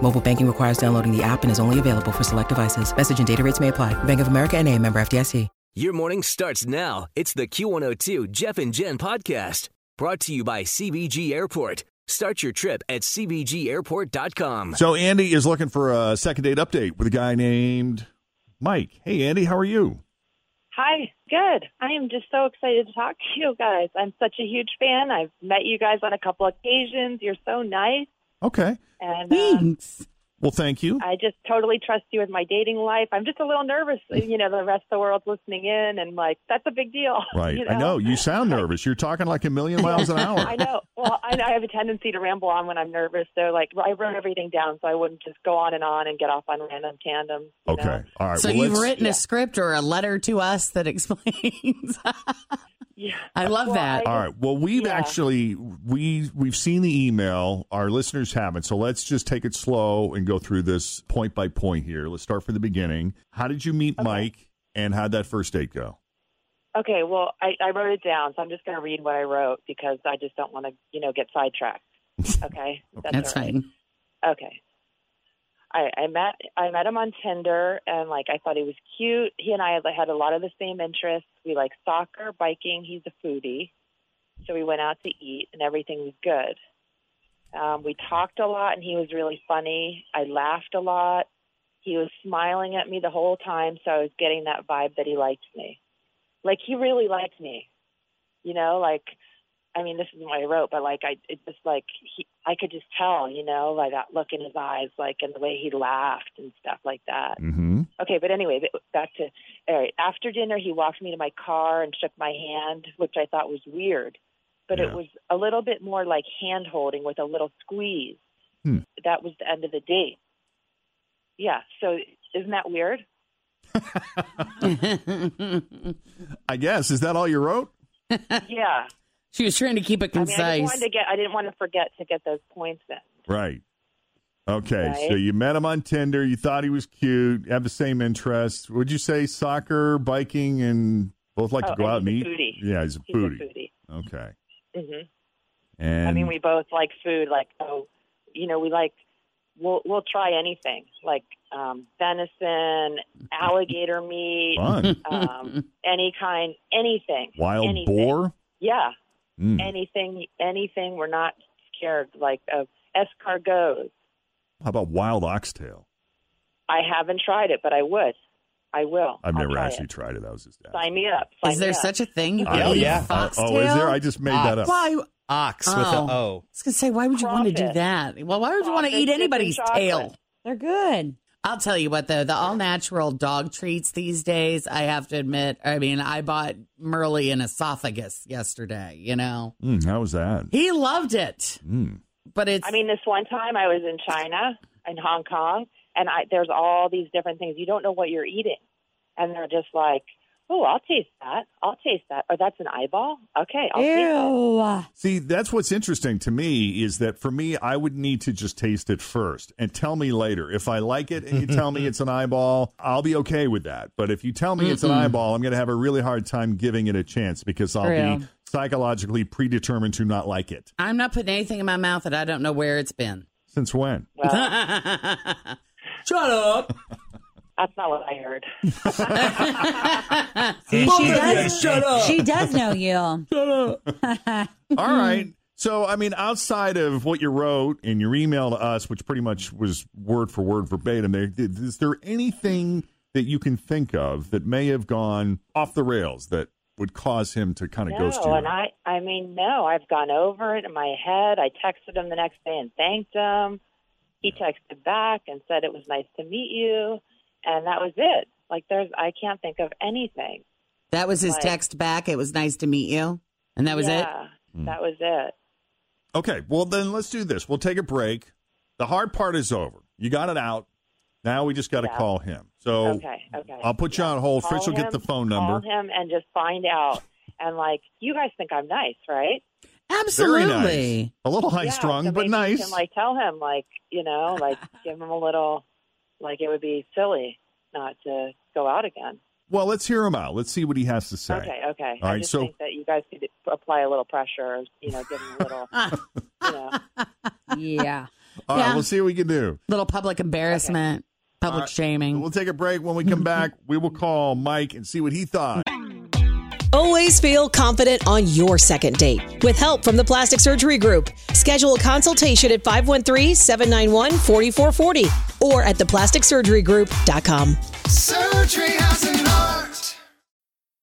Mobile banking requires downloading the app and is only available for select devices. Message and data rates may apply. Bank of America and a member FDIC. Your morning starts now. It's the Q102 Jeff and Jen podcast brought to you by CBG Airport. Start your trip at CBGAirport.com. So Andy is looking for a second date update with a guy named Mike. Hey Andy, how are you? Hi, good. I am just so excited to talk to you guys. I'm such a huge fan. I've met you guys on a couple occasions. You're so nice. Okay. And uh, Thanks. Well, thank you. I just totally trust you with my dating life. I'm just a little nervous. You know, the rest of the world's listening in and like, that's a big deal. Right. you I know. You sound nervous. You're talking like a million miles an hour. I know. Well, I, I have a tendency to ramble on when I'm nervous. So, like, I wrote everything down so I wouldn't just go on and on and get off on random tandems. you Okay. know? All right. So well, you've let's- written yeah. a script or a letter to us that explains. Yeah. I love Well, that. I- All right. Well, we've Yeah. actually we we've seen the email. Our listeners haven't. So let's just take it slow and go through this point by point here. Let's start from the beginning. How did you meet Mike, and how'd that first date go? Okay, well, I, I wrote it down, so I'm just going to read what I wrote because I just don't want to, you know, get sidetracked. Okay, That's all right. fine. Okay, I, I met I met him on Tinder, and like I thought he was cute. He and I had- had a lot of the same interests. We like soccer, biking. He's a foodie, so we went out to eat, and everything was good. Um, we talked a lot, and he was really funny. I laughed a lot. He was smiling at me the whole time, so I was getting that vibe that he liked me. Like he really liked me, you know. Like, I mean, this is what I wrote, but like, I it just like he, I could just tell, you know, by that look in his eyes, like, and the way he laughed and stuff like that. Mm-hmm. Okay, but anyway, b- back to all right. After dinner, he walked me to my car and shook my hand, which I thought was weird, but Yeah. it was a little bit more like hand holding with a little squeeze. Hmm. That was the end of the date. Yeah. So isn't that weird? I guess is that all you wrote? yeah. she was trying to keep it I mean, concise. I just wanted to get. I didn't want to forget to get those points in. Right. Okay. So Right. you met him on Tinder. You thought he was cute. Have the same interests. Would you say soccer, biking, and both like Oh, to go and out and he's eat? a foodie. Yeah, he's a He's foodie. a foodie. Okay. hmm And I mean, we both like food. Like, oh, you know, we like we'll we'll try anything, like um, venison, alligator meat, fun um, any kind, anything, wild anything. boar. Yeah, Mm. anything, anything. We're not scared. Like of escargots. How about wild oxtail? I haven't tried it, but I would. I will. I've I'll never try actually It. tried it. That was just Sign me up. Sign is me there up. such a thing? You I can don't eat yeah. a know. foxtail? Oh, is there? I just made that up. Why? Ox with Oh. a O. I was gonna say, why would you want to do Crawfish. that? Well, why would you want to Crawfish eat dipped in anybody's chocolate. tail? They're good. I'll tell you what, though, the all natural dog treats these days, I have to admit, I mean, I bought Merle an esophagus yesterday, you know? Mm, how was that? He loved it, Mm. but it's. I mean, this one time I was in China, in Hong Kong, and I, there's all these different things. You don't know what you're eating. And they're just like, oh, I'll taste that. I'll taste that. Or that's an eyeball? Okay, I'll taste it. Ew. See, that's what's interesting to me is that for me, I would need to just taste it first and tell me later. If I like it and you tell me it's an eyeball, I'll be okay with that. But if you tell me it's an eyeball, I'm going to have a really hard time giving it a chance because I'll be True. psychologically predetermined to not like it. I'm oh. not putting anything in my mouth that I don't know where it's been. Since when? Well, Shut up. that's not what I heard. shut up. She does know you. Hmm. All right. So, I mean, outside of what you wrote in your email to us, which pretty much was word for word verbatim, there, is there anything that you can think of that may have gone off the rails that would cause him to kind of no, ghost you. and I, I mean, no, I've gone over it in my head. I texted him the next day and thanked him. He texted back and said it was nice to meet you, and that was it. Like, there's, I can't think of anything. That was his Right. text back. It was nice to meet you. And that was it. yeah, Hmm. That was it. Okay, well then let's do this. We'll take a break. The hard part is over. You got it out. Now we just got to Yeah. call him. So Okay, okay. I'll put you Yeah. on hold. Call Fritz will get him- the phone number. Call him and just find out. And like, you guys think I'm nice, right? Absolutely. Very nice. A little high Yeah, strung, so but maybe You nice. can like tell him, like you know, like give him a little, like it would be silly not to go out again. well, let's hear him out. Let's see what he has to say. Okay, okay. All I right, just so- think that you guys could apply a little pressure, you know, give him a little, you know. Yeah. All right, Yeah. we'll see what we can do. Little public embarrassment, public All right. Uh, shaming. We'll take a break. When we come back, we will call Mike and see what he thought. Always feel confident on your second date. With help from the Plastic Surgery Group, schedule a consultation at 513 791 4440 or at theplasticsurgerygroup.com. Surgery has an art.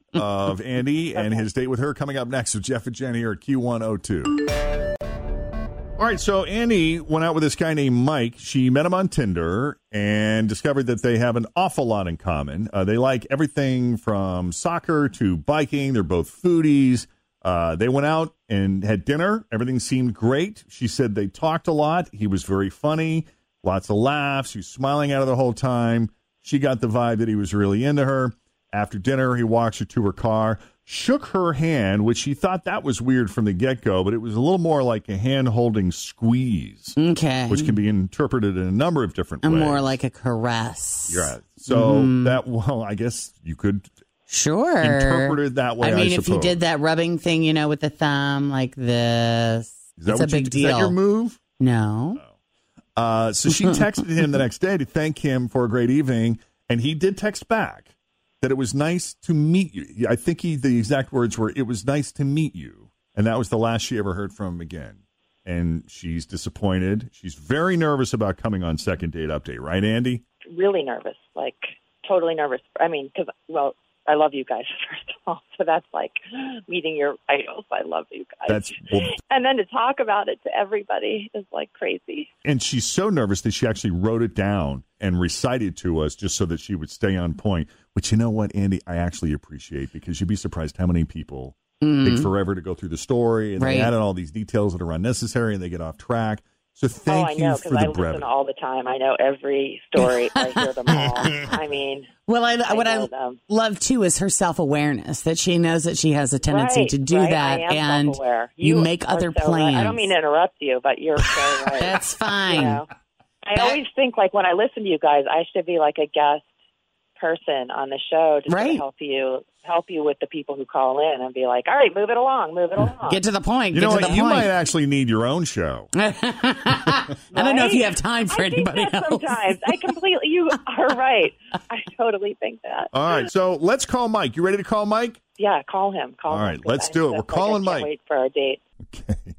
of Andy and his date with her coming up next with Jeff and Jen here at Q102. All right, so Annie went out with this guy named Mike. She met him on Tinder and discovered that they have an awful lot in common. Uh, they like everything from soccer to biking. They're both foodies. Uh, they went out and had dinner. Everything seemed great. She said they talked a lot. He was very funny, lots of laughs. He was smiling at her the whole time. She got the vibe that he was really into her. After dinner, he walks her to her car, shook her hand, which she thought that was weird from the get go, but it was a little more like a hand holding squeeze, okay. which can be interpreted in a number of different And ways. more like Mm-hmm. mm-hmm. a caress. You're right. So that, well, I guess you could Sure. interpret it that way. I mean, if suppose. you did that rubbing thing, you know, with the thumb like this, Is that it's a what you- big Is deal. that your move? No. Oh. Uh, so she texted him the next day to thank him for a great evening, and he did text back that it was nice to meet you. I think he the exact words were "It was nice to meet you," and that was the last she ever heard from him again. And she's disappointed. She's very nervous about coming on second date update, right, Andy? really nervous, like totally nervous. I mean, because well, I love you guys first of all, so that's like meeting your idols. I love you guys, That's well, and then to talk about it to everybody is like crazy. Oh, and she's so nervous that she actually wrote it down and recited to us just so that she would stay on point. Which you know what, Andy, I actually appreciate because you'd be surprised how many people take Mm-hmm. forever to go through the story and Right. they add in all these details that are unnecessary and they get off track. So thank oh, I you know for I the listen brevity. all the time. I know every story. I hear them all. I mean, Well, I, I what I know them. love too is her self awareness that she knows that she has a tendency right, to do right, that, I am and self-aware. you, You make are other so right. plans. I don't mean to interrupt you, but you're so right. That's fine. You know? I That- always think like when I listen to you guys, I should be like a guest person on the show to sort of Right. help you help you with the people who call in and be like, all right, move it along, move it along. Get to the point. you get know to what? the You might point. actually need your own show. I don't know if Right? you have time for I think anybody that else. sometimes. I completely. You are right. I totally think that. Oh. All right, so let's call Mike. You ready to call Mike? Yeah, call him. Call. All him, right, 'cause let's I'm do it. just We're like, I calling can't Mike. Wait for our date. Okay.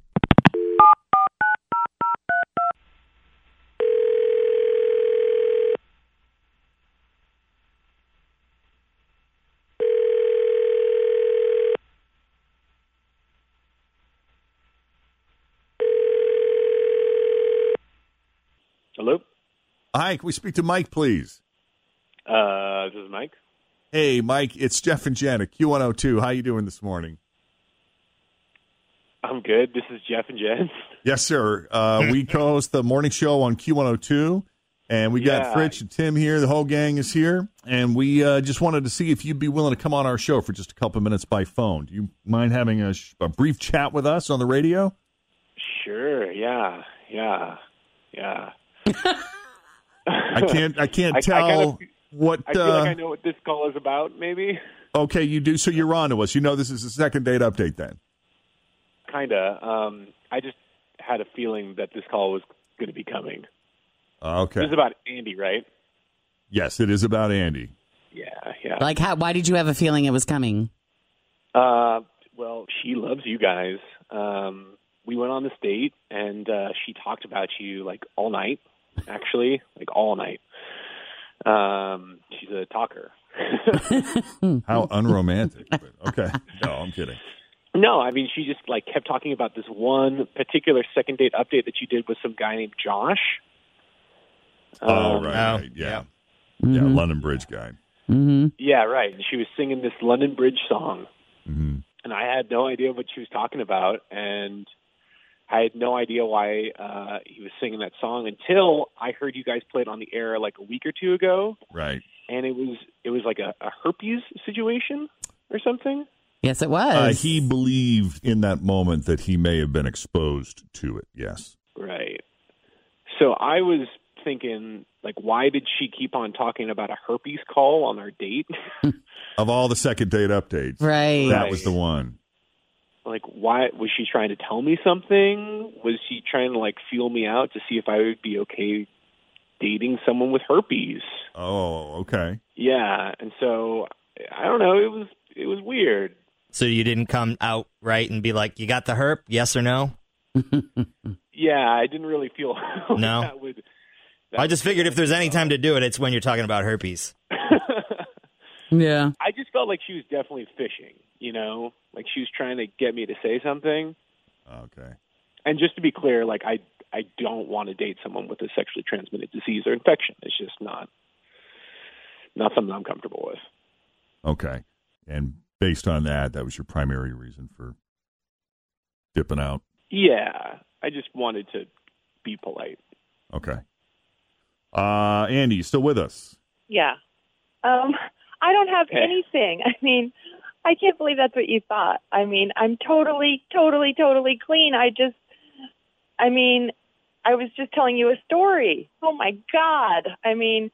Hello. Hi, can we speak to Mike, please? Uh, this is Mike. Hey, Mike, it's Jeff and Jen at Q102. How you doing this morning? I'm good. This is Jeff and Jen. Yes, sir. Uh, we co-host the morning show on Q102, and we got Yeah. Fritz and Tim here. The whole gang is here, and we uh, just wanted to see if you'd be willing to come on our show for just a couple minutes by phone. Do you mind having a, sh- a brief chat with us on the radio? Sure. Yeah. Yeah. Yeah. I can't. I can't I- I tell kinda- what. I feel uh, like I know what this call is about. Maybe. uh, Okay, you do. So you're on to us. You know this is the second date update then. Kinda. Um, I just had a feeling that this call was going to be coming. Uh, Okay. This is about Andy, right? Yes, it is about Andy. Yeah, yeah. Like, how, why did you have a feeling it was coming? Uh, well, she loves you guys. Um, we went on this date, and uh, she talked about you like all night. Actually, like all night. Um, she's a talker. How unromantic. but okay. No, I'm kidding. No, I mean she just like kept talking about this one particular second date update that you did with some guy named Josh. Oh, Um, right, right, Yeah. Yeah, London Bridge guy. Mm-hmm. Yeah, right. And she was singing this London Bridge song, Mhm. and I had no idea what she was talking about, and I had no idea why uh, he was singing that song until I heard you guys play it on the air like a week or two ago, Right. and it was it was like a, a herpes situation or something. Yes, it was. Uh, he believed in that moment that he may have been exposed to it. Yes. Right. So I was thinking, like, why did she keep on talking about a herpes call on our date? Of all the second date updates, right. that was the one. like, why was she trying to tell me something? Was she trying to like feel me out to see if I would be okay dating someone with herpes? Oh, okay. Yeah, and so I don't know. It was it was weird. So you didn't come out right and be like, "You got the herp? Yes or no?" Yeah, I didn't really feel No. that would. I just figured if there's any time to do it, it's when you're talking about herpes. yeah. I just felt like she was definitely fishing. You know, like she was trying to get me to say something. Okay. and just to be clear, like I I don't want to date someone with a sexually transmitted disease or infection. It's just not not something I'm comfortable with. Okay. And based on that, that was your primary reason for dipping out. Yeah, I just wanted to be polite. Okay. Uh, Andy, you still with us? Yeah. Um, I don't have Okay. anything. I mean, I can't believe that's what you thought. I mean, I'm totally, totally, totally clean. I just, I mean, I was just telling you a story. Oh my God. I mean,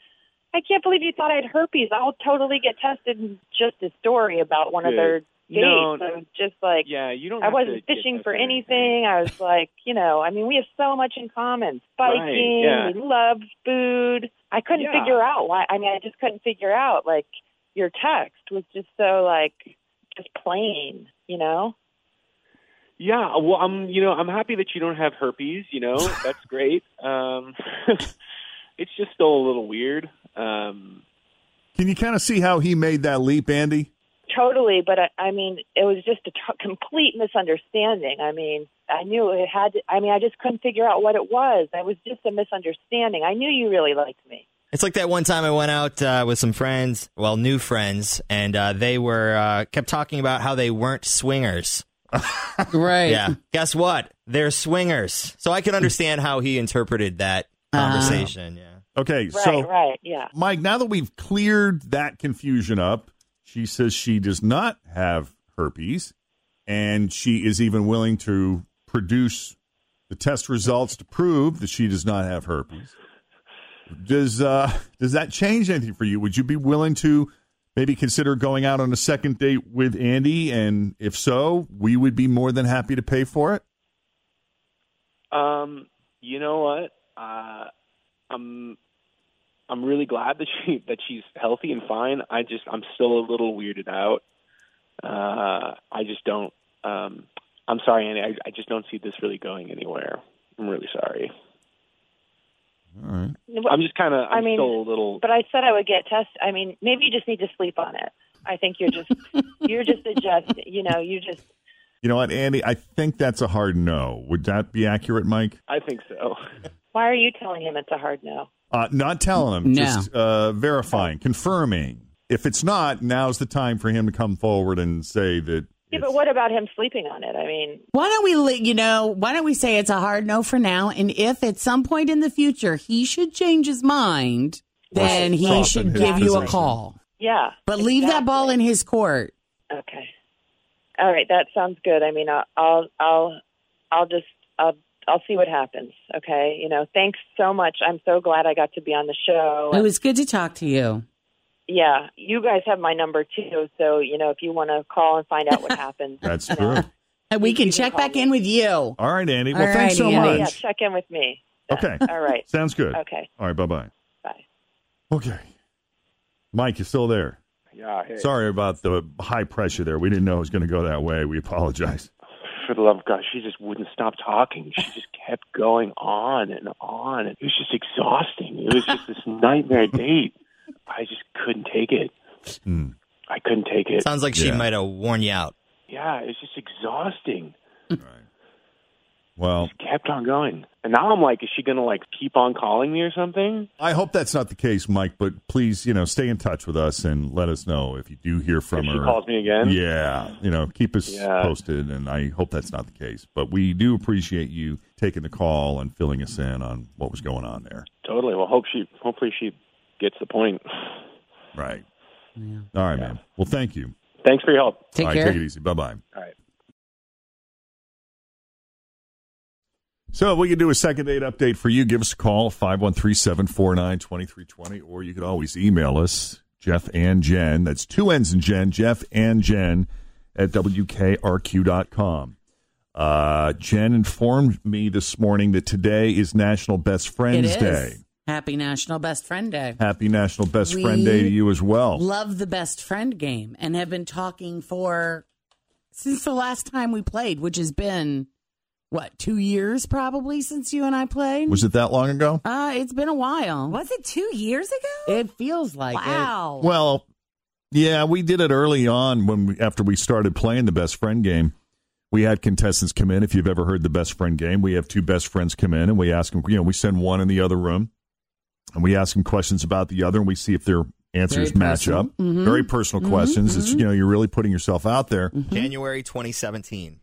I can't believe you thought I had herpes. I'll totally get tested in just a story about one of Good. their dates. No, I was just like, Yeah, you don't. I have wasn't to get fishing tested for or anything. I was like, you know, I mean, we have so much in common. Biking, yeah. we love food. I couldn't Yeah. figure out why. I mean, I just couldn't figure out. Like, your text was just so like just plain, you know. Yeah, well, I'm you know I'm happy that you don't have herpes. You know that's great. Um, it's just still a little weird. Um, Can you kind of see how he made that leap, Andy? Totally, but I, I mean, it was just a t- complete misunderstanding. I mean, I knew it had. To, I mean, I just couldn't figure out what it was. It was just a misunderstanding. I knew you really liked me. It's like that one time I went out uh, with some friends, well, new friends, and uh, they were uh, kept talking about how they weren't swingers. Right. Yeah. Guess what? They're swingers. So I can understand how he interpreted that Ah. conversation. Yeah. Okay. Right, so, right, yeah. Mike, now that we've cleared that confusion up, she says she does not have herpes and she is even willing to produce the test results to prove that she does not have herpes. Does uh does that change anything for you? Would you be willing to maybe consider going out on a second date with Andy and if so, we would be more than happy to pay for it? Um, you know what? Uh, I'm I'm really glad that she that she's healthy and fine. I just I'm still a little weirded out. Uh, I just don't. Um, I'm sorry, Annie. I, I just don't see this really going anywhere. I'm really sorry. All right. I'm just kind of. I'm I mean, still a little. But I said I would get tested. I mean, maybe you just need to sleep on it. I think you're just you're just adjusting. You know, you just You know what, Andy? I think that's a hard no. Would that be accurate, Mike? I think so. why are you telling him it's a hard no? Uh, not telling him, No. just uh, verifying, confirming. If it's not, now's the time for him to come forward and say that. Yeah, it's- but what about him sleeping on it? I mean, Why don't we, li- you know, why don't we say it's a hard no for now? And if at some point in the future he should change his mind, Or then he soften should his give you a position. call. yeah. But leave that ball in his court. Okay. All right, that sounds good. I mean, I'll I'll I'll, I'll just I'll, I'll see what happens. Okay. You know, thanks so much. I'm so glad I got to be on the show. It was good to talk to you. yeah, you guys have my number too. So you know, if you want to call and find out what happened, That's true. And we can check back in with you. All right, Andy. Well, thanks so yeah, much. check in with me. Okay. All right. Sounds good. Okay. All right. Bye bye. Bye. Okay. Mike, you still there? Yeah. Hey, Sorry about the high pressure there. We didn't know it was going to go that way. We apologize. For the love of God, she just wouldn't stop talking. She just kept going on and on. It was just exhausting. It was just this nightmare date. I just couldn't take it. I couldn't take it. Sounds like she might have worn you out. Yeah, it's just exhausting. Well, Kept on going, and now I'm like, is she gonna like keep on calling me or something? I hope that's not the case, Mike, but please, you know, stay in touch with us and let us know if you do hear from If her. she calls me again? Yeah. You know, keep us Yeah. posted, and I hope that's not the case. But we do appreciate you taking the call and filling us in on what was going on there. Totally. Well, hope she, hopefully she gets the point. Right. All right, man. Well, thank you. Thanks for your help. All right, Take it easy. Bye bye. All right. So if we can do a second date update for you, give us a call, 513-749-2320, or you could always email us, Jeff and Jen. That's two N's and Jen, Jeff and Jen at WKRQ.com. Uh, Jen informed me this morning that today is National Best It Friends is. Day. Happy National Best Friend Day. Happy National Best We Friend Day to you as well. Love the best friend game and have been talking for since the last time we played, which has been what, two years probably since you and I played? Was it that long ago? uh, it's been a while. Was it two years ago? It feels like it. wow. Well, yeah, we did it early on when we, after we started playing the best friend game. We had contestants come in. If you've ever heard the best friend game, we have two best friends come in and we ask them, you know, we send one in the other room and we ask them questions about the other and we see if their answers Very match personal. Mm-hmm. up. Mhm. Very personal questions. It's, you know, you're really putting yourself out there. Mm-hmm. January 2017.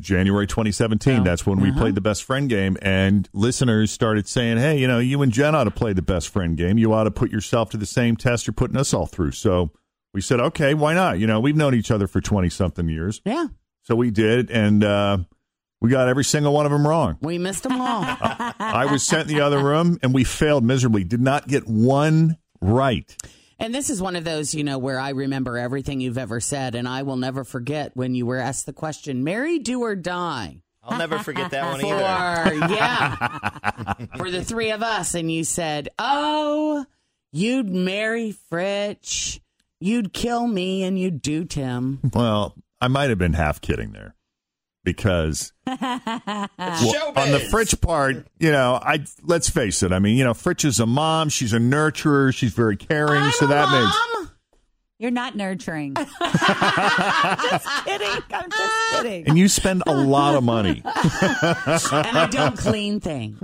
January 2017, that's when we played the best friend game, and listeners started saying, "Hey, you know, you and Jen ought to play the best friend game. You ought to put yourself to the same test you're putting us all through." So we said, "Okay, why not? You know, we've known each other for 20 something years, Yeah. so we did, and uh, we got every single one of them wrong. We missed them all. I was sent in the other room, and we failed miserably. Did not get one right. And this is one of those, you know, where I remember everything you've ever said, and I will never forget when you were asked the question, "Marry, do or die?" I'll never forget that one For either. yeah, for the three of us, and you said, "Oh, you'd marry Fritch, you'd kill me, and you'd do Tim." Well, I might have been half kidding there because Well, on the Fritch part, you know, I let's face it. I mean, you know, Fritch is a mom. She's a nurturer. She's very caring. I'm so a that mom. makes You're not nurturing. just kidding. I'm just kidding. and you spend a lot of money, and I don't clean things.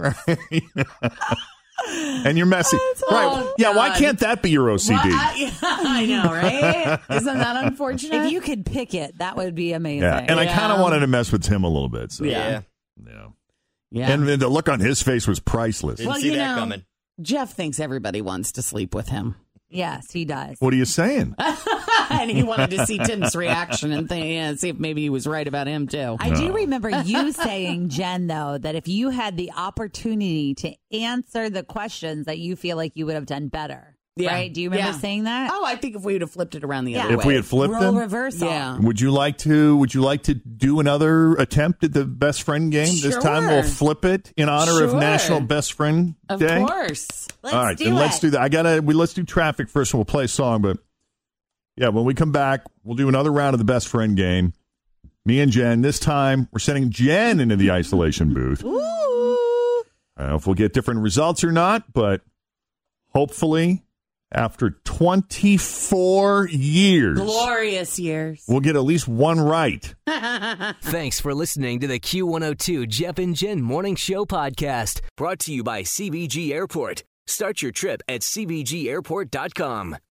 and you're messy, right? Oh, yeah. Why God. can't that be your Well, OCD? I, I know, right? Isn't that unfortunate? If you could pick it, that would be amazing. yeah, and I kind of Yeah. wanted to mess with him a little bit. So Yeah. yeah. yeah. And then the look on his face was priceless. Didn't Well, see you that know- coming. Jeff thinks everybody wants to sleep with him. yes, he does. What are you saying? and he wanted to see Tim's reaction and think, yeah, see if maybe he was right about him too. I do remember you saying, Jen, though, that if you had the opportunity to answer the questions, that you feel like you would have done better. Yeah. Right? Do you remember Yeah. saying that? oh, I think if we would have flipped it around the Yeah. other way, If we had flipped Role him, reversal. yeah, would you like to? Would you like to do another attempt at the best friend game? This time we'll Sure. flip it in honor of Sure. National Best Friend of Day. course. Let's All right, do then it. let's do that. I gotta we let's do traffic first, and we'll play a song. But yeah, when we come back, we'll do another round of the best friend game. Me and Jen. This time, we're sending Jen into the isolation booth. Ooh. I don't know if we'll get different results or not, but hopefully, after 24 years, Glorious years. we'll get at least one right. Thanks for listening to the Q102 Jeff and Jen Morning Show podcast, brought to you by CBG Airport. Start your trip at CBGAirport.com.